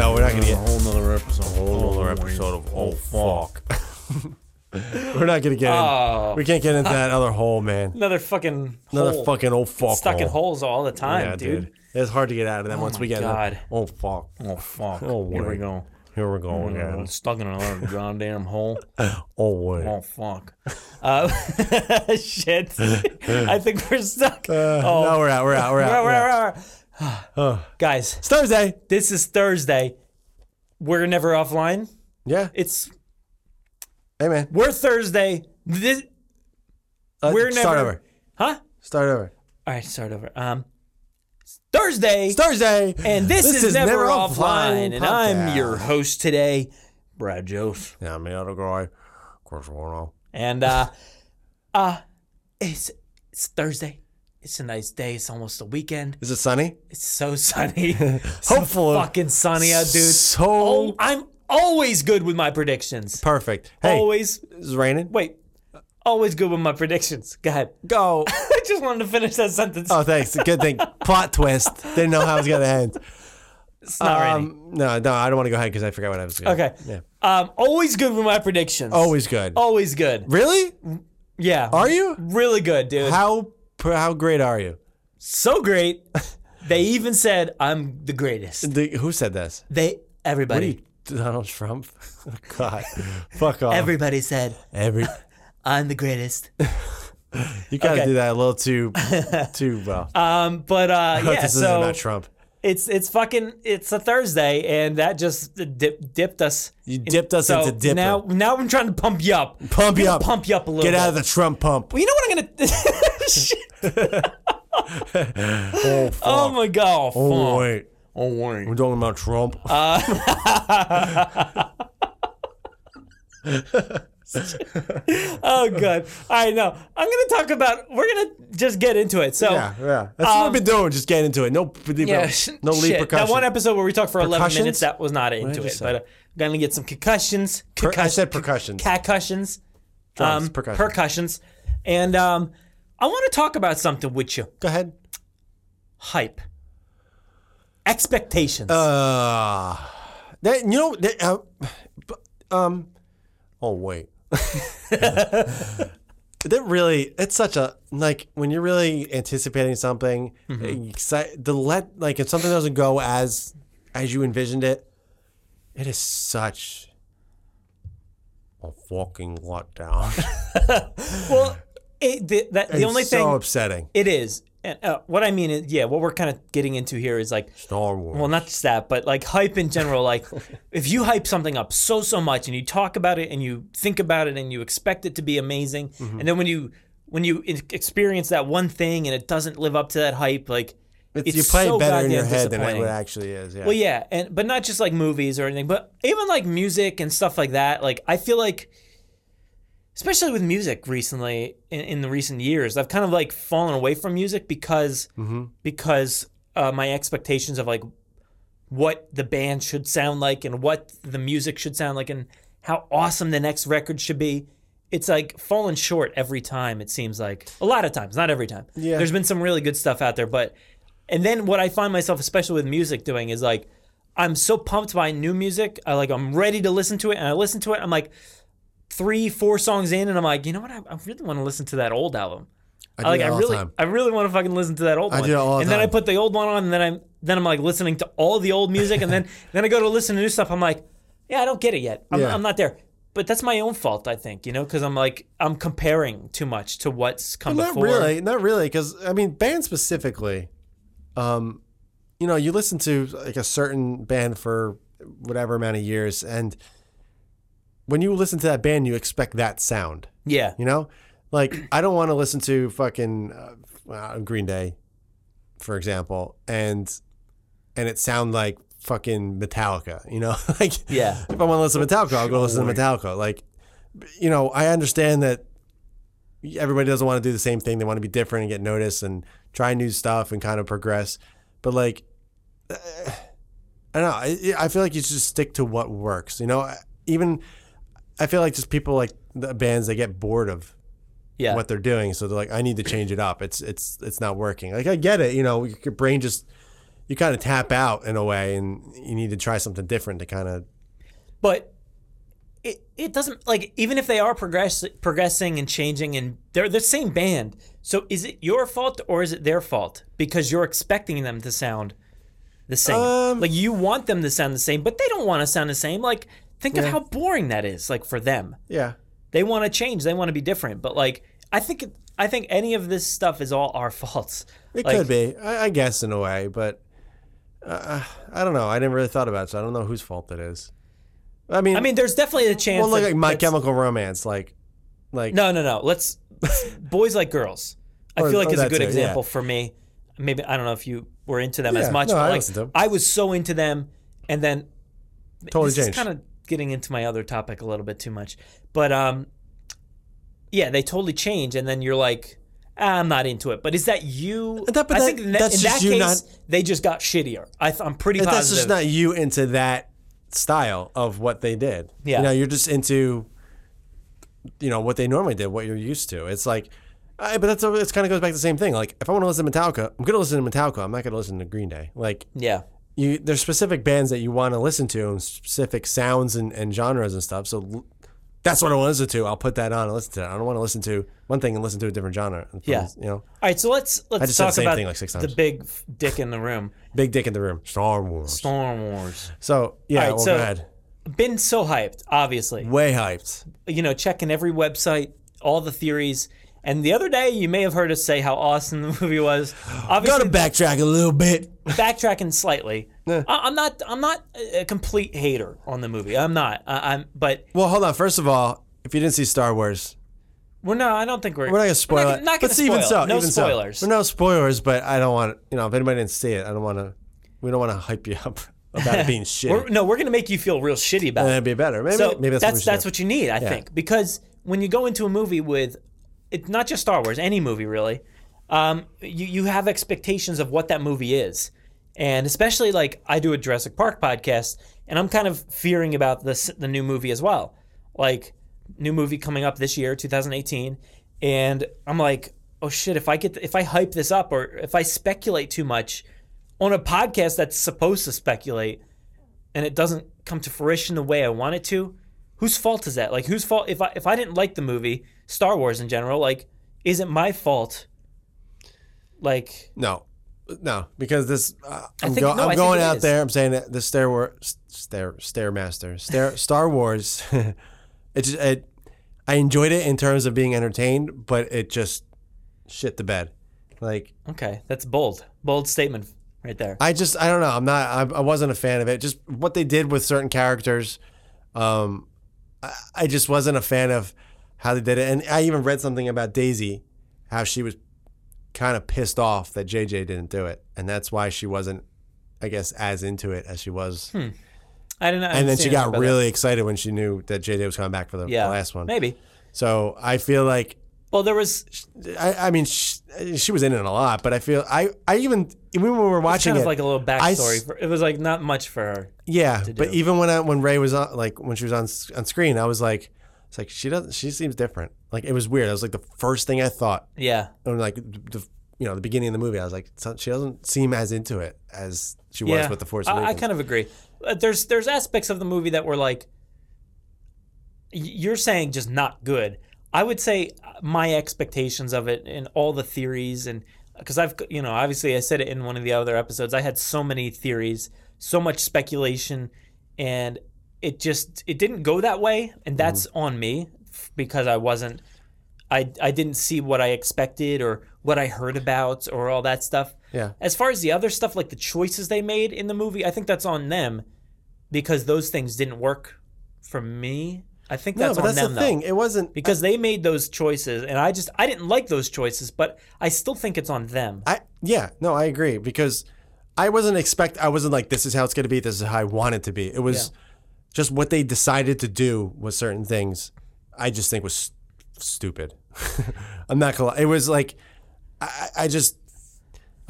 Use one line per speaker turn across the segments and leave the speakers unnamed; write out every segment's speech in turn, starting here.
Oh, not gonna
a
get.
whole nother episode. A
whole nother episode of Oh Fuck.
We're not gonna get.
Oh.
in. We can't get into that other hole, man.
Another fucking
Another
hole.
fucking old fuck.
stuck
hole.
in holes all the time,
Yeah,
dude.
It's hard to get out of that once
my
we get.
God.
In. Oh fuck.
Oh fuck.
Oh,
Here we
wait.
go.
Here we're going.
Mm.
I'm
again.
stuck in another goddamn hole.
Oh wait.
Oh fuck.
Uh, shit, I think we're stuck.
Uh,
oh,
No, we're out. We're out. We're out.
Rah,
we're out.
rah, rah. Guys,
It's Thursday.
this is Thursday. We're never offline.
Yeah.
It's
Hey man.
we're Thursday. This,
Uh,
We're
start
never-
over.
huh?
Start over.
All right, start over. Um, it's Thursday,
It's Thursday.
and this, is, never, offline,
Offline
and I'm
Podcast.
your host today, Brad Jose,
Yeah, I'm the other guy. Of course, we're all.
and uh, uh, it's it's Thursday. It's a nice day. It's almost the weekend.
Is it sunny?
It's so sunny. so
Hopefully.
fucking sunny out, dude.
So
Oh, I'm always good with my predictions.
perfect. Hey,
Always
it's raining.
wait. Always good with my predictions. Go ahead.
Go.
I just wanted to finish that sentence.
Oh, thanks. Good thing. Plot twist. Didn't know how it was gonna end.
it's not raining.
Um, no, no, I don't want to go ahead because I forgot what I was. Gonna.
Okay.
Yeah.
Um, always good with my predictions.
Always good.
Always good.
Really?
Yeah.
Are you?
Really good, dude.
How how great are you?
so great. They even said I'm the greatest.
The, who said this?
They everybody
Hey, Donald Trump. Oh, God, fuck off.
everybody said
Every
I'm the greatest.
you gotta
Okay.
do that a little too too well.
Um, but uh, yeah.
this
so
isn't about Trump.
it's it's fucking it's a Thursday, and that just dip, dipped us.
You dipped us
so
into dipper.
Now now I'm trying to pump you up.
Pump
I'm
you
gonna
up.
Pump you up a little.
Get
bit.
out of the Trump pump.
Well, you know what I'm gonna. Shit.
Oh fuck.
oh my god.
Oh,
fuck.
wait.
Oh wait.
We're talking about Trump.
Oh god. I know. I'm gonna talk about. We're gonna just get into it. So.
yeah, yeah. That's what we've been doing. Just get into it. No,
Oh. Um, Yeah,
no
shit.
repercussions.
That one episode where we talked for 11
Percussions?
minutes, that was not into
did you
it.
say?
But uh, gonna get some concussions,
Per- I
concussion-
said percussions.
concussions,
Drums,
um,
percussions.
percussions, and um, I want to talk about something with you.
Go ahead.
hype, expectations.
Uh, that you know that uh, but, um, oh wait, that really it's such a like when you're really anticipating something,
Mm-hmm.
eh, excite, the let like if something doesn't go as as you envisioned it, it is such a fucking letdown.
well, it, the, that, the
It's
only
so
thing
upsetting.
it is, and uh, what I mean is, yeah, what we're kind of getting into here is like,
Star Wars.
well, not just that, but like hype in general. Like, if you hype something up so so much, and you talk about it, and you think about it, and you expect it to be amazing,
Mm-hmm.
and then when you when you in- experience that one thing and it doesn't live up to that hype, like
It's- you play
so
it better in your
goddamn
head than
disappointing.
it actually is. Yeah.
Well, yeah, and but not just like movies or anything, but even like music and stuff like that. Like I feel like, especially with music recently in, in the recent years, I've kind of like fallen away from music because
Mm-hmm.
because uh, my expectations of like what the band should sound like and what the music should sound like and how awesome the next record should be. It's like fallen short every time. It seems like a lot of times, not every time.
Yeah.
There's been some really good stuff out there, but and then what I find myself, especially with music, doing is like I'm so pumped by new music. I like I'm ready to listen to it, and I listen to it. I'm like three, four songs in, and I'm like, you know what? I, I really want to listen to that old album. I,
do
like
that
I
all the
really,
time.
I really want to fucking listen to that old
I
one.
do that all the
and then I
time.
put the old one on, and then I'm then I'm like listening to all the old music, and then then I go to listen to new stuff. I'm like, yeah, I don't get it yet. I'm,
Yeah.
I'm not there. But that's my own fault, I think, you know, because I'm like I'm comparing too much to what's come
not
before.
really not really because i mean bands specifically um you know you listen to like a certain band for whatever amount of years and when you listen to that band you expect that sound
Yeah,
you know like i don't want to listen to fucking uh, uh, green day for example and and it sound like fucking metallica you know like
yeah,
if I want to listen to Metallica, I'll go listen to Metallica. Like, you know, I understand that everybody doesn't want to do the same thing. They want to be different and get noticed and try new stuff and kind of progress. But like, uh, I don't know. I, I feel like you should just stick to what works. You know, even I feel like just people like the bands they get bored of
yeah.
what they're doing. So they're like, I need to change it up. It's it's it's not working. Like I get it. You know, your brain just you kind of tap out in a way, and you need to try something different to kind of
but it, it doesn't like even if they are progress, progressing and changing and they're the same band so is it your fault or is it their fault because you're expecting them to sound the same
Um,
like you want them to sound the same but they don't want to sound the same like think of how boring that is like for them
yeah.
they want to change they want to be different but like i think it, i think any of this stuff is all our faults
It
Like,
could be, I, I guess, in a way, but uh, I don't know. I never really thought about it, so I don't know whose fault it is. I mean,
i mean there's definitely a chance
well, look
that-
like My
that's-
Chemical Romance, like, like
No, no, no. Let's boys like girls. I
Or-
feel like
or
it's a
that
good
too, yeah.
example for me. Maybe I don't know if you were into them as
Yeah,
much,
no,
but
I
like
listened to 'em.
I was so into them, and then
totally
this is
changed.
kind of getting into my other topic a little bit too much. But um, yeah, they totally change, and then you're like, ah, I'm not into it. But is that you?
That- but
I
that-
think in that,
that's
in
just
that
you
case,
not-
they just got shittier. I th- I'm pretty
But
positive.
that's just not you into that style of what they did.
Yeah.
You know, you're just into, you know, what they normally did, what you're used to. It's like, I, but that's it's kind of goes back to the same thing. Like, if I want to listen to Metallica, I'm gonna listen to Metallica. I'm not gonna listen to Green Day. Like,
yeah,
you there's specific bands that you want to listen to and specific sounds and, and genres and stuff. So l- that's what I want to listen to. I'll put that on and listen to it. I don't want to listen to one thing and listen to a different genre.
Yeah.
You know,
All right, so let's let's
just said
talk
the same
about
thing like six
the
times.
big f- dick in the room,
big dick in the room. Star Wars.
Star Wars.
So yeah,
Alright,
well,
so-
go ahead.
Been so hyped, obviously.
Way hyped.
you know, checking every website, all the theories. And the other day, you may have heard us say how awesome the movie was.
Got to
Obviously,
backtrack a little bit.
backtracking slightly. I- I'm not. I'm not a a complete hater on the movie. I'm not. I- I'm. But
Well, hold on. First of all, if you didn't see Star Wars,
we're not. I don't think we're.
we're not gonna spoil
not,
it.
Not
but
gonna spoil
even so,
it. No
even so,
spoilers.
we're no spoilers, but I don't want you know if anybody didn't see it, I don't want to. We don't want to hype you up about it being shit.
We're- no, we're gonna make you feel real shitty about
and
it.
that'd be better. Maybe,
So
maybe that's, what we
that's
should
that's
do.
what you need, I think, because when you go into a movie with, it's not just Star Wars, any movie really, um, you you have expectations of what that movie is, and especially like I do a Jurassic Park podcast, and I'm kind of fearing about this the new movie as well, like new movie coming up this year, 2018, and I'm like, oh shit, if I get if I hype this up or if I speculate too much on a podcast that's supposed to speculate and it doesn't come to fruition the way I want it to, whose fault is that? Like whose fault if I if I didn't like the movie, Star Wars in general, like is it my fault? Like
No, no, because this. Uh, I'm,
think-
go-
no, I
I'm
think
going
it
out
is.
there. I'm saying that the Star Wars, Stair Stairmaster, Stair Star Wars. it just, it, I enjoyed it in terms of being entertained, but it just shit the bed. Like
okay, that's bold. Bold statement right there.
I just, I don't know. I'm not. I, I wasn't a fan of it. Just what they did with certain characters. Um, I, I just wasn't a fan of how they did it. And I even read something about Daisy, how she was kind of pissed off that JJ didn't do it, and that's why she wasn't, I guess, as into it as she was.
I don't know. I haven't
And then
Hmm. seen
she
anything
got
about
really excited when she knew that JJ was coming back for the,
that. uh, yeah,
the last one.
Maybe.
So I feel like
Well, there was
I, I mean, she, she was in it a lot, but I feel I, I even even when we were watching
kind
it,
of like a little
I s-
backstory. for, it was like not much for her.
Yeah, but
do.
even when I, when Ray was on, like when she was on s- on screen, I was like, it's like she doesn't. She seems different. Like it was weird. That was like the first thing I thought.
Yeah.
And like the you know the beginning of the movie, I was like, so- she doesn't seem as into it as she was with the Force
I,
Awakens.
I kind of agree. Uh, There's there's aspects of the movie that were like y- you're saying just not good. I would say uh, my expectations of it and all the theories and because I've you know obviously I said it in one of the other episodes. I had so many theories, so much speculation, and it just it didn't go that way,
Mm-hmm.
and that's on me f- because I wasn't I, I didn't see what I expected or what I heard about or all that stuff.
Yeah.
As far as the other stuff, like the choices they made in the movie, I think that's on them because those things didn't work for me. I think
no,
that's
but
on
that's
them
the
though.
thing. It wasn't.
Because they made those choices and I just I didn't like those choices, but I still think it's on them.
I yeah no, I agree because I wasn't expect. I wasn't like this is how it's going to be. This is how I want it to be. It was just what they decided to do with certain things. I just think was st- stupid. I'm not gonna. lie. It was like I, I I just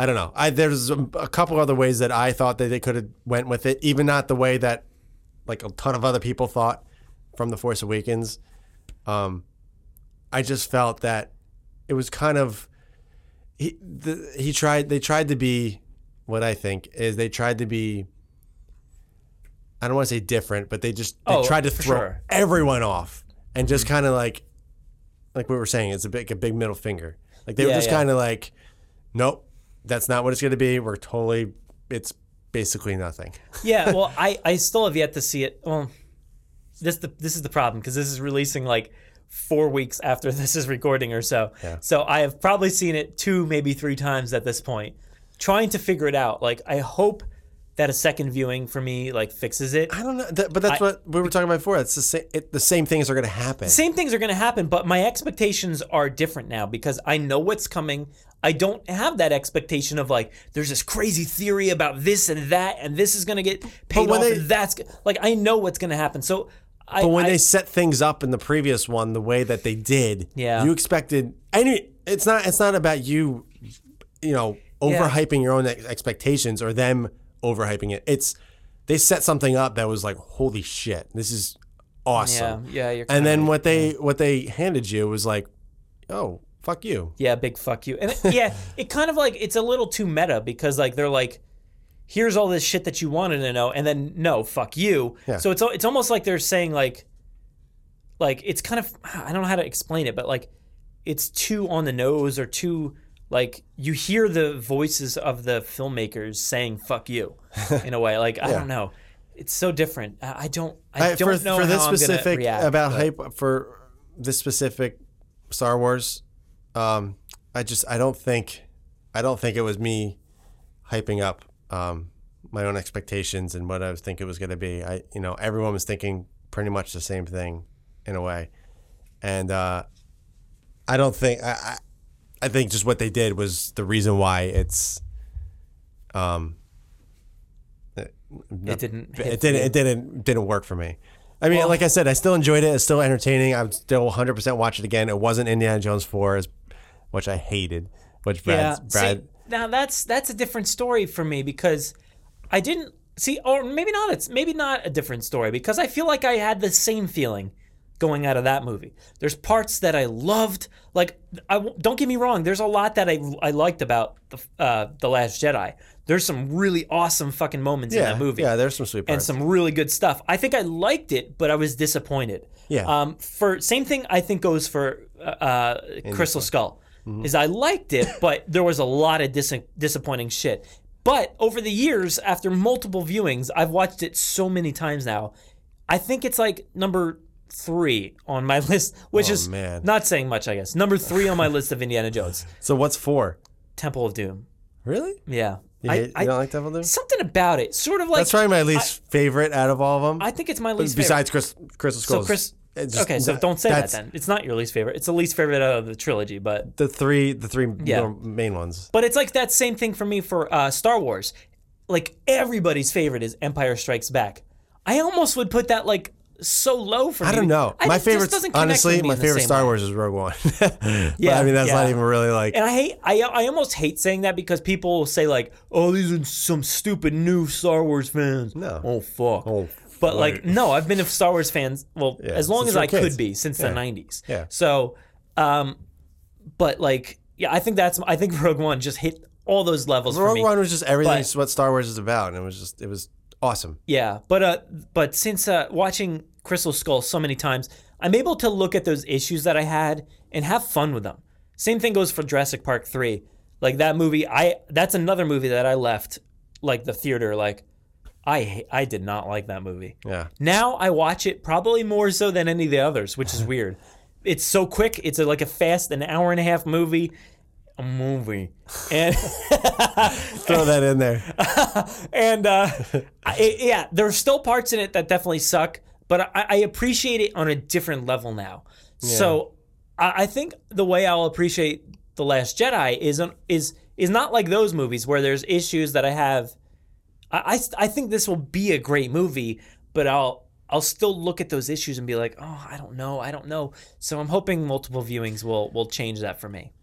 I don't know. I there's a, a couple other ways that I thought that they could have went with it, even not the way that like a ton of other people thought from the Force Awakens. Um, I just felt that it was kind of he the, he tried they tried to be what I think is they tried to be. I don't want to say different, but they just they
Oh,
tried to
for
throw
sure. Mm-hmm.
everyone off and just kind of like, like we were saying, it's a big a big middle finger. Like they were
Yeah,
just
yeah.
kind of like, nope, that's not what it's going to be. We're totally, it's basically nothing.
yeah, well, I, I still have yet to see it. Well, this the this is the problem because this is releasing like four weeks after this is recording or so. So I have probably seen it two, maybe three times at this point, trying to figure it out. Like I hope that a second viewing for me like fixes it.
I don't know, that, but that's what we were talking about before. It's the same. It, the same things are going to happen.
Same things are going to happen, but my expectations are different now because I know what's coming. I don't have that expectation of like there's this crazy theory about this and that, and this is going to get paid
when
off.
they-
and that's g- like I know what's going to happen. So. I,
But when
I-
they set things up in the previous one the way that they did,
Yeah.
you expected any. It's not. It's not about you, you know, overhyping your own ex- expectations or them overhyping it. It's they set something up that was like, holy shit, this is awesome.
Yeah, yeah, you're
And
kinda
then
right.
what they what they handed you was like, oh fuck you.
yeah, big fuck you. And it- yeah, it kind of like it's a little too meta because like they're like, here's all this shit that you wanted to know, and then no, fuck you. So it's al- it's almost like they're saying like, like it's kind of I don't know how to explain it, but like it's too on the nose or too like you hear the voices of the filmmakers saying fuck you in a way. Like I don't know. It's so different. I I don't. I,
I-
don't know
for
how
this
I'm gonna
specific uh,
react,
about
but-
hype for this specific Star Wars. Um, I just I don't think I don't think it was me hyping up um, my own expectations and what I was think it was going to be. I you know everyone was thinking pretty much the same thing in a way, and uh, I don't think I, I I think just what they did was the reason why it's um
it didn't. hit
it
for
didn't
me.
it didn't didn't work for me. I mean, like I said, I still enjoyed it. It's still entertaining. I would still 100 percent watch it again. It wasn't Indiana Jones four, as- which I hated. Which Brad
see,
Brad
now that's that's a different story for me because I didn't see, or maybe not. It's maybe not a different story because I feel like I had the same feeling going out of that movie. There's parts that I loved. Like, I w- don't get me wrong. There's a lot that I I liked about the uh, the Last Jedi. There's some really awesome fucking moments in
yeah
that movie
yeah. There's some sweet
and
parts.
some really good stuff. I think I liked it, but I was disappointed.
Yeah.
Um, for same thing, I think goes for uh, uh, Crystal Skull.
Mm-hmm.
Is I liked it, but there was a lot of dis- disappointing shit. But over the years, after multiple viewings, I've watched it so many times now. I think it's like number three on my list, which
Oh,
is
man.
not saying much, I guess. Number three on my list of Indiana Jones,
so what's four?
Temple of Doom.
Really?
Yeah.
You,
I-
hate,
I-
you don't like Devil Doom?
something about it, sort of like
That's probably my least favorite out of all of them.
I think it's my least favorite.
besides Chris, Crystal Skull.
So Chris,
it's uh, just-
okay, so
that-
don't say that
that's
then. It's not your least favorite. It's the least favorite out of the trilogy, but
The three the three
Yeah.
norm- main ones.
but it's like that same thing for me for uh, Star Wars. Like everybody's favorite is Empire Strikes Back. I almost would put that like so low for me.
I don't know.
I-
my
it just
favorite,
doesn't connect
honestly,
with me
my
in the
favorite
same
Star
way.
Wars is Rogue One. yeah,
Yeah,
I mean that's not
yeah.
even really like.
And I hate I I almost hate saying that because people will say like, "Oh, these are some stupid new Star Wars fans."
No.
Oh fuck.
Oh,
But like, no, I've been a Star Wars fan well as long
since
as
we were
I
kids.
could be since the '90s.
Yeah.
So, um, but like, yeah, I think that's I think Rogue One just hit all those levels for
Rogue
me.
One was just everything
But-
is what Star Wars is about, and it was just it was awesome.
Yeah, but uh, but since uh, watching Crystal Skull so many times, I'm able to look at those issues that I had and have fun with them. Same thing goes for Jurassic Park three. Like that movie, I that's another movie that I left like the theater. Like I ha- I did not like that movie.
Yeah.
Now I watch it probably more so than any of the others, which is weird. It's so quick. It's a, like a fast, an hour and a half movie. A movie, and
Throw that in there.
and uh, I, it- yeah, there's still parts in it that definitely suck, but I, I appreciate it on a different level now. So I, I think the way I'll appreciate the Last Jedi is on, is is not like those movies where there's issues that I have. I, I st- I think this will be a great movie, but I'll. I'll still look at those issues and be like, "Oh, I don't know, I don't know." So I'm hoping multiple viewings will will change that for me.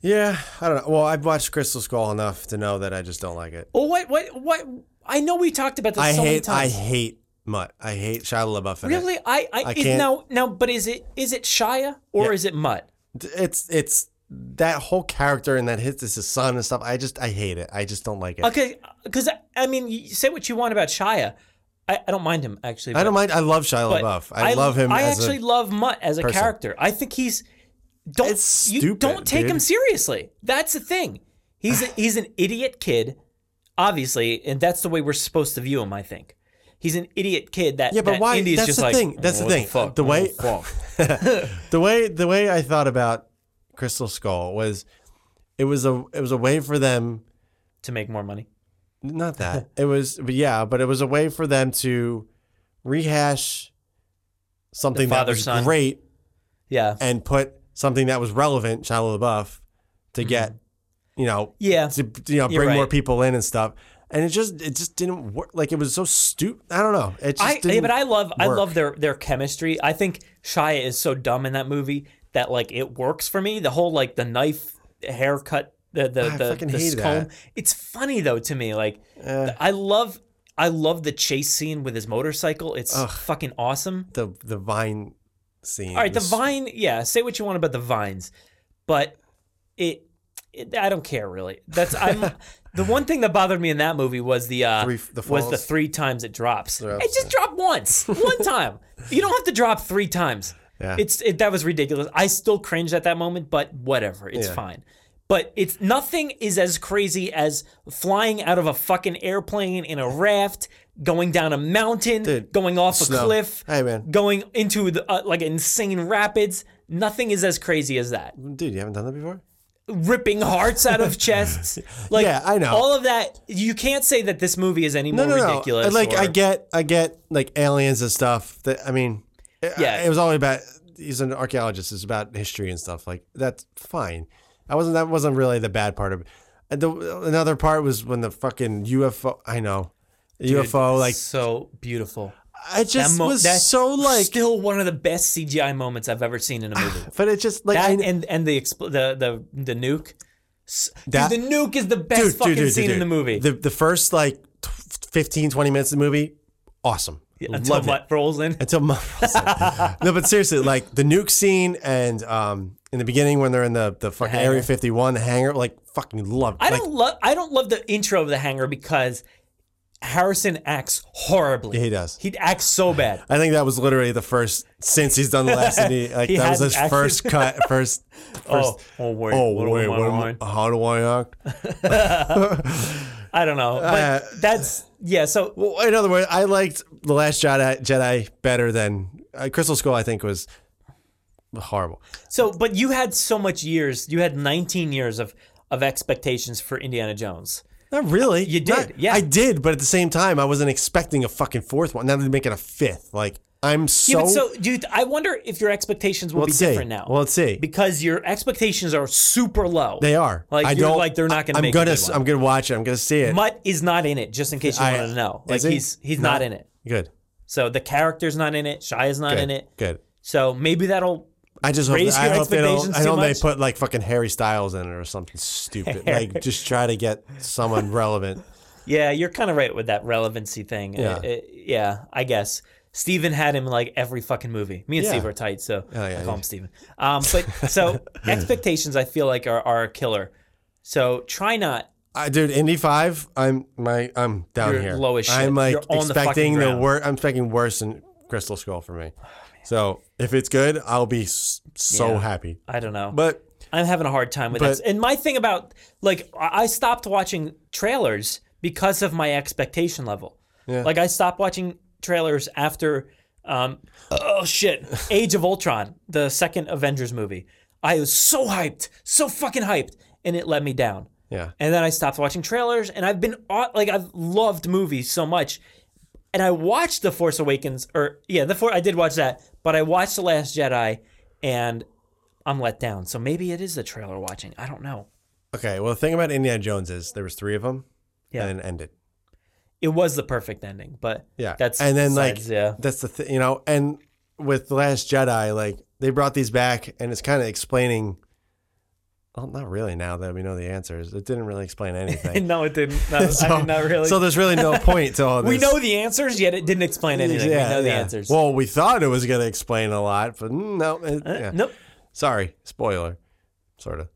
Yeah, I don't know. Well, I've watched Crystal Skull enough to know that I just don't like it.
Well, what what what? I know we talked about this
I
so many
hate,
times.
I hate Mutt. I hate Shia LaBeouf. In
Really, I, I, it-
can't-
now now. But is it is it Shia or is it Mutt?
It. It's it's that whole character and that hits his son and stuff. I just I hate it. I just don't like it.
Okay, because I mean, you say what you want about Shia. I, I don't mind him actually.
I
but-
don't mind. I love Shia
but
LaBeouf. I, love him.
I
as a-
actually love Mutt as a
person.
character. I think he's don't
It's
you
stupid,
don't take him
dude.
seriously. That's the thing. He's a, he's an idiot kid, obviously, and that's the way we're supposed to view him. I think he's an idiot kid. That
yeah, but
that
why?
Indy's
That's
just
the
like,
thing. That's the
What
thing.
fuck?
The
Oh,
way
fuck.
the way the way I thought about Crystal Skull was, it was a it was a way for them
to make more money.
not that it was but yeah but it was a way for them to rehash something that was
father-son.
great
Yeah,
and put something that was relevant Shia LaBeouf to get you know
Mm-hmm. yeah.
to you know
You're
bring more
right.
people in and stuff and it just it just didn't work like it was so stupid I don't know it just
I
didn't
yeah, but I love I
work.
love their their chemistry. I think Shia is so dumb in that movie that like it works for me. The whole like the knife haircut, the the
I
the,
fucking
the
hate
comb.
that. Eh.
It's funny though to me. Like I love I love the chase scene with his motorcycle. It's fucking awesome.
the the vine scene
All right, the
was-
vine. Yeah, say what you want about the vines, but it. it I don't care really. That's I'm. The one thing that bothered me in that movie was the uh,
Three- the
was the
falls.
three times it drops.
Drops,
it just dropped once, one time. You don't have to drop three times.
Yeah.
It's it, that was ridiculous. I still cringed at that moment, but whatever. It's
Yeah.
fine. But it's nothing is as crazy as flying out of a fucking airplane in a raft, going down a mountain,
Dude,
going off a
snow.
cliff,
Hey, man.
going into the, uh, like insane rapids. Nothing is as crazy as that.
dude you haven't done that before
Ripping hearts out of chests. Like
Yeah, I know.
All of that. You can't say that this movie is any more ridiculous.
I- Like I
or-
get, I get like aliens and stuff. That I mean, yeah,
Yeah.
it was all about. He's an archaeologist. It's about history and stuff. Like that's fine. I wasn't. That wasn't really the bad part of it. And the, another part was when the fucking UFO. I know, UFO. Like
so beautiful.
I just
mo-
was so like.
still one of the best CGI moments I've ever seen in a movie.
but it just like I,
That and and the expl- the the the nuke. S- dude,
That-
the nuke is the best fucking scene in the movie.
The the first like t- 15, 20 minutes of the movie, awesome.
until
Loved it.
Mutt rolls in.
until Muffles. no, but seriously, like the nuke scene and um in the beginning when they're in the the fucking
hangar.
Area 51 the hangar, like fucking love.
I
like,
don't love I don't love the intro of the hangar because Harrison acts horribly.
He does.
He acts so bad.
I think that was literally the first since he's done the last. and he- like
He
that was
hadn't
his
acted.
first cut. First. first
Oh, oh wait,
Oh
what am
wait,
I
what am
on?
I, how do I act?
I don't know. But
Uh,
that's yeah, so
Well, in other words, I liked the Last Jedi, Jedi better than uh, Crystal Skull. I think was horrible.
so but you had so much years. You had 19 years of of expectations for Indiana Jones.
Not really.
You did,
Not-
yeah.
I did, but at the same time, I wasn't expecting a fucking fourth one. Now they're making a fifth. Like I'm so.
Yeah, but so dude, I wonder if your expectations will be
Let's see.
different now.
Well, let's see.
because your expectations are super low.
They are.
Like
I
you're
don't
like they're not going to
I'm
make.
gonna.
a good one.
I'm gonna watch it. I'm gonna see it.
Mutt is not in it. Just in case you
I-
want to know, like
is he?
he's he's not
No.
in it.
Good.
So the character's not in it. Shia's not
Good.
in it.
Good.
So maybe that'll.
I just hope,
Raise
I
your
hope they don't.
expectations
I
too
hope they
much?
put like fucking Harry Styles in it or something stupid. like just try to get someone relevant.
Yeah, you're kind of right with that relevancy thing.
Yeah.
Uh, uh, yeah, I guess. Steven had him like every fucking movie. Me and
Yeah. Oh,
Steve are tight, so I
yeah,
call
yeah.
him Steven. Um, but so expectations, I feel like are, are a killer. So try not.
I dude, Indy five. I'm my. I'm down
You're
here.
low as shit.
I'm like
You're on the
expecting
fucking
the,
ground. Oh,
worst. I'm expecting worse than Crystal Skull for me. so if it's good, I'll be s- so
Yeah.
happy.
I don't know.
But
I'm having a hard time with
But-
this. And my thing about like I I stopped watching trailers because of my expectation level. Like I stopped watching trailers after um oh shit, Age of Ultron, the second Avengers movie. I was so hyped, so fucking hyped, and it let me down.
yeah,
And then I stopped watching trailers and I've been au- like I've loved movies so much. And I watched The Force Awakens or yeah, the four I did watch that, but I watched The Last Jedi and I'm let down. So maybe it is the trailer watching. I don't know.
okay. Well, the thing about Indiana Jones is there was three of them,
Yeah.
and it ended.
It was the perfect ending, but
Yeah.
that's
and then
besides,
like
yeah.
that's the thing, you know, and with the Last Jedi, like they brought these back, and it's kind of explaining. Well, not really. Now that we know the answers, it didn't really explain anything.
No, it didn't. No, I
So-
did not really.
So there's really no point to all this.
we know the answers, yet it didn't explain anything. we know the answers.
Well, we thought it
Uh,
was going to explain a lot, but no. mm, It, yeah.
nope.
Sorry, spoiler, sort of.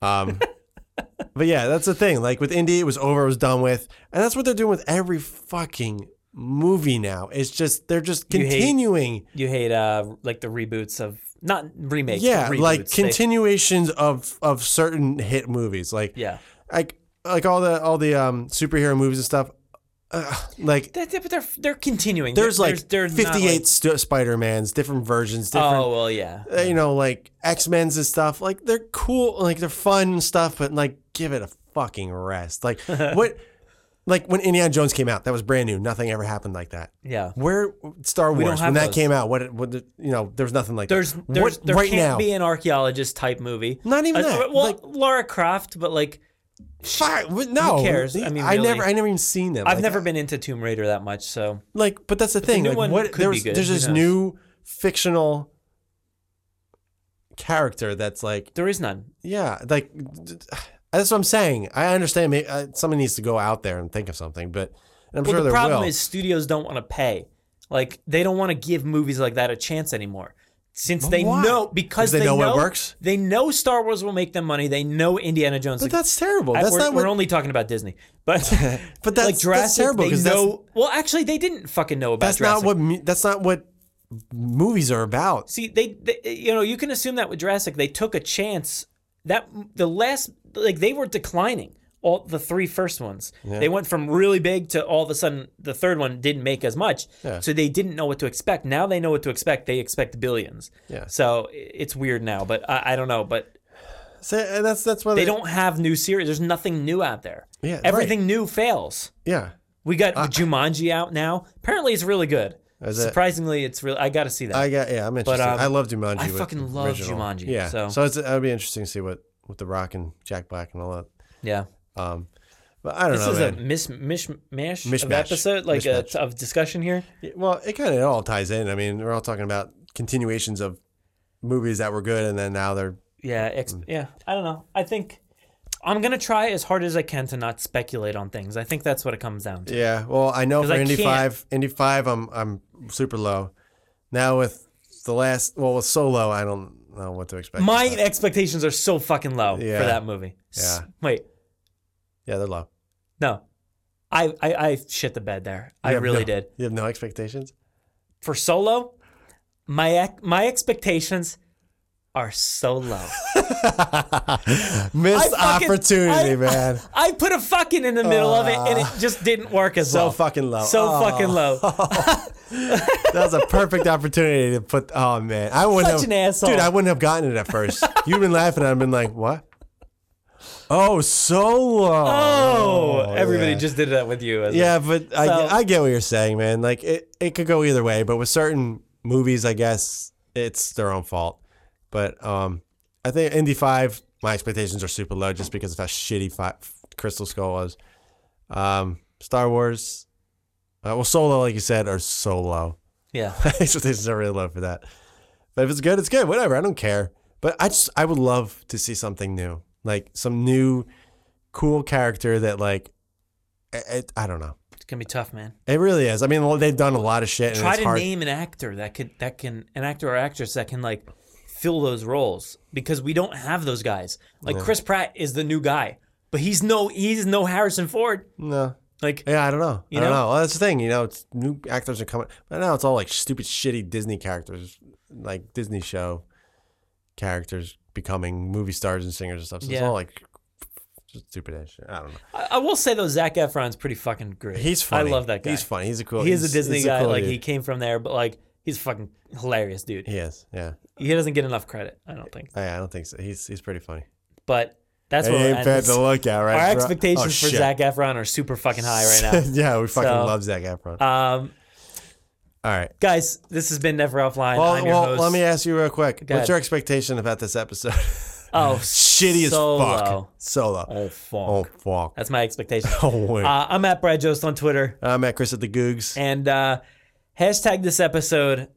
Um, but yeah, that's the thing. Like with indie, it was over, it was done with, and that's what they're doing with every fucking movie now. It's just they're just
You hate-
continuing.
You hate uh like the reboots of not remakes. but
Yeah, like
reboots. They-
continuations of of certain hit movies. Like
yeah,
like like all the all the um superhero movies and stuff. Uh, like
That- that- but they're they're continuing.
there's
They're-
like
they're, they're not,
58 st- Spider Mans, different versions,
like-
different
oh well, yeah.
uh, you know, like X Men's and stuff. Like they're cool, like they're fun and stuff, but like give it a fucking rest. Like what? Like when Indiana Jones came out, that was brand new. Nothing ever happened like that.
Yeah.
Where Star
don't
Wars
have
when that
those.
came out, what? What? did- You know, there was nothing like
There's,
that.
there's
what,
there
right
can't
now.
be an archaeologist type movie.
Not even
Uh,
that.
Well,
Like-
Lara Croft, but like
Fuck, what- no,
Who cares? I mean, really.
never, I never even seen them.
I've
Like,
never been into Tomb Raider that much, so
like, but that's the thing.
new
like,
one
what?
could be
there's,
good,
there's
who
this
knows?
new fictional character that's like
there is none.
Yeah, like d- d- that's what I'm saying. I understand. Maybe, uh, someone needs to go out there and think of something, but and I'm
Well,
sure
the
there
problem
will.
is studios don't want to pay. Like they don't want to give movies like that a chance anymore. Since
But
they
why?
know
Because
because
they
they,
know it works?
They know Star Wars will make them money. They know Indiana Jones.
but
like,
that's terrible.
I-
That's
we're,
not
we're
what.
only talking about Disney, but
But that's-
like
that's
Jurassic,
terrible,
They
'cause that's-
know. Well, actually, they didn't fucking know about
That's
Jurassic.
not what. mu- That's not what movies are about.
See, they, they, you know, you can assume that with Jurassic, they took a chance that the last, like, they were declining all the three first ones. They went from really big to all of a sudden the third one didn't make as much.
Yeah.
So they didn't know what to expect. Now they know what to expect. They expect billions.
Yeah.
So i- it's weird now, but I, I don't know. But
So, uh, that's that's why
they don't have new series. There's nothing new out there.
Yeah,
Everything new fails.
Yeah,
We got Jumanji out now. Apparently, it's really good.
Is it-
Surprisingly, it's really. I got to see that.
I got. Yeah, I'm interested.
um,
I love Jumanji.
I
with
fucking
the
love
original.
Jumanji,
Yeah,
so-
so it's, it'll be interesting to see what with the Rock and Jack Black and all that.
yeah.
Um, but I don't
This
know.
is
man.
a mis- mishmash of
Mishmash.
episode, like uh
Mishmash.
of discussion here.
Well, it kind of all ties in. I mean, we're all talking about continuations of movies that were good, and then now they're
Yeah, ex-
Mm.
yeah. I don't know. I think I'm gonna try as hard as I can to not speculate on things. I think that's what it comes down to.
Yeah, well, I know
'Cause
for
I
Indy
can't.
five, Indy five, I'm I'm super low. Now with the last, well, with Solo, I don't know what to expect.
My
But-
expectations are so fucking low
Yeah.
for that movie. S-
Yeah.
Wait,
yeah, they're low.
no. I, I, I shit the bed there. I
You have
really
no-
did.
You have no expectations.
For solo, my ex- my expectations are so low.
Missed
I fucking-
opportunity,
I-
man.
I put a fucking in the middle of it and it just didn't work as
Ah. So
well.
fucking low.
So
Oh.
fucking low.
That was a perfect opportunity to put. Oh man, I wouldn't
Such
have,
an asshole.
dude. I wouldn't have gotten it at first. You've been laughing. I've been like, what? Oh, Solo.
Oh, everybody
yeah.
just did that with you. as a-
Yeah, but
So-
I, I get what you're saying, man. Like it, it could go either way, but with certain movies, I guess it's their own fault. But um, I think Indy Five, my expectations are super low just because of how shitty fi Crystal Skull was. Um, Star Wars, uh, well, Solo, like you said, are so low.
yeah.
My expectations are really low for that. But if it's good, it's good. Whatever, I don't care. But I just, I would love to see something new, like some new, cool character that like, I, I, I don't know.
It's gonna be tough, man.
It really is. I mean, well, they've done a lot of shit. And
Try
it's
to
hard.
name an actor that could that can an actor or actress that can like fill those roles because we don't have those guys. Like Chris Pratt is the new guy, but he's no he's no Harrison Ford.
No.
Like
Yeah, I don't know.
You
I don't
know?
know? Well, that's the thing. You know, it's new actors are coming. But now it's all like stupid, shitty Disney characters, like Disney show characters becoming movie stars and singers and stuff. So it's
Yeah.
all like just stupid ass shit. I don't know.
I, I will say though, Zac Efron's pretty fucking great.
He's funny.
I love that guy.
He's funny. He's a cool.
He is a
he's-
Disney
he's
guy.
cool
like
dude.
he came from there, but like he's fucking hilarious, dude.
He is. Yeah. Oh,
He doesn't get enough credit, I don't think.
I, I don't think so. He's he's pretty funny.
But that's what
He
we're
ain't
at.
bad to look at, right?
our
Bro-
expectations
Oh,
for
shit.
Zac Efron are super fucking high right
yeah, we fucking
So-
love Zach Efron.
now. um,
all right.
guys, this has been Never Offline.
Well,
I'm your
well,
host.
let me ask you real quick.
ahead.
What's your expectation about this episode?
Oh,
Shitty
so
as fuck.
low.
Solo.
Oh, fuck.
Oh, fuck.
That's my expectation.
Oh, wait.
Uh, I'm at Brad Jost on Twitter.
I'm at Chris at the Googs.
And uh, hashtag this episode,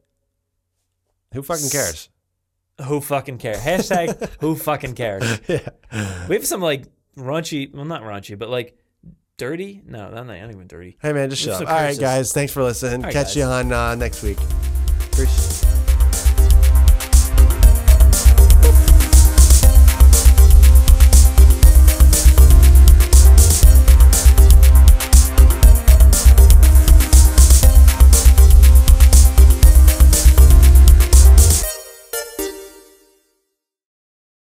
Who fucking cares?
who fucking cares? Hashtag who fucking cares?
Yeah.
We have some like raunchy, well, not raunchy, but like dirty. No, not, not even dirty.
Hey, man, just shut
Who's
up.
the
All right,
curses?
guys. Thanks for listening.
right,
Catch you on uh, next week. Peace.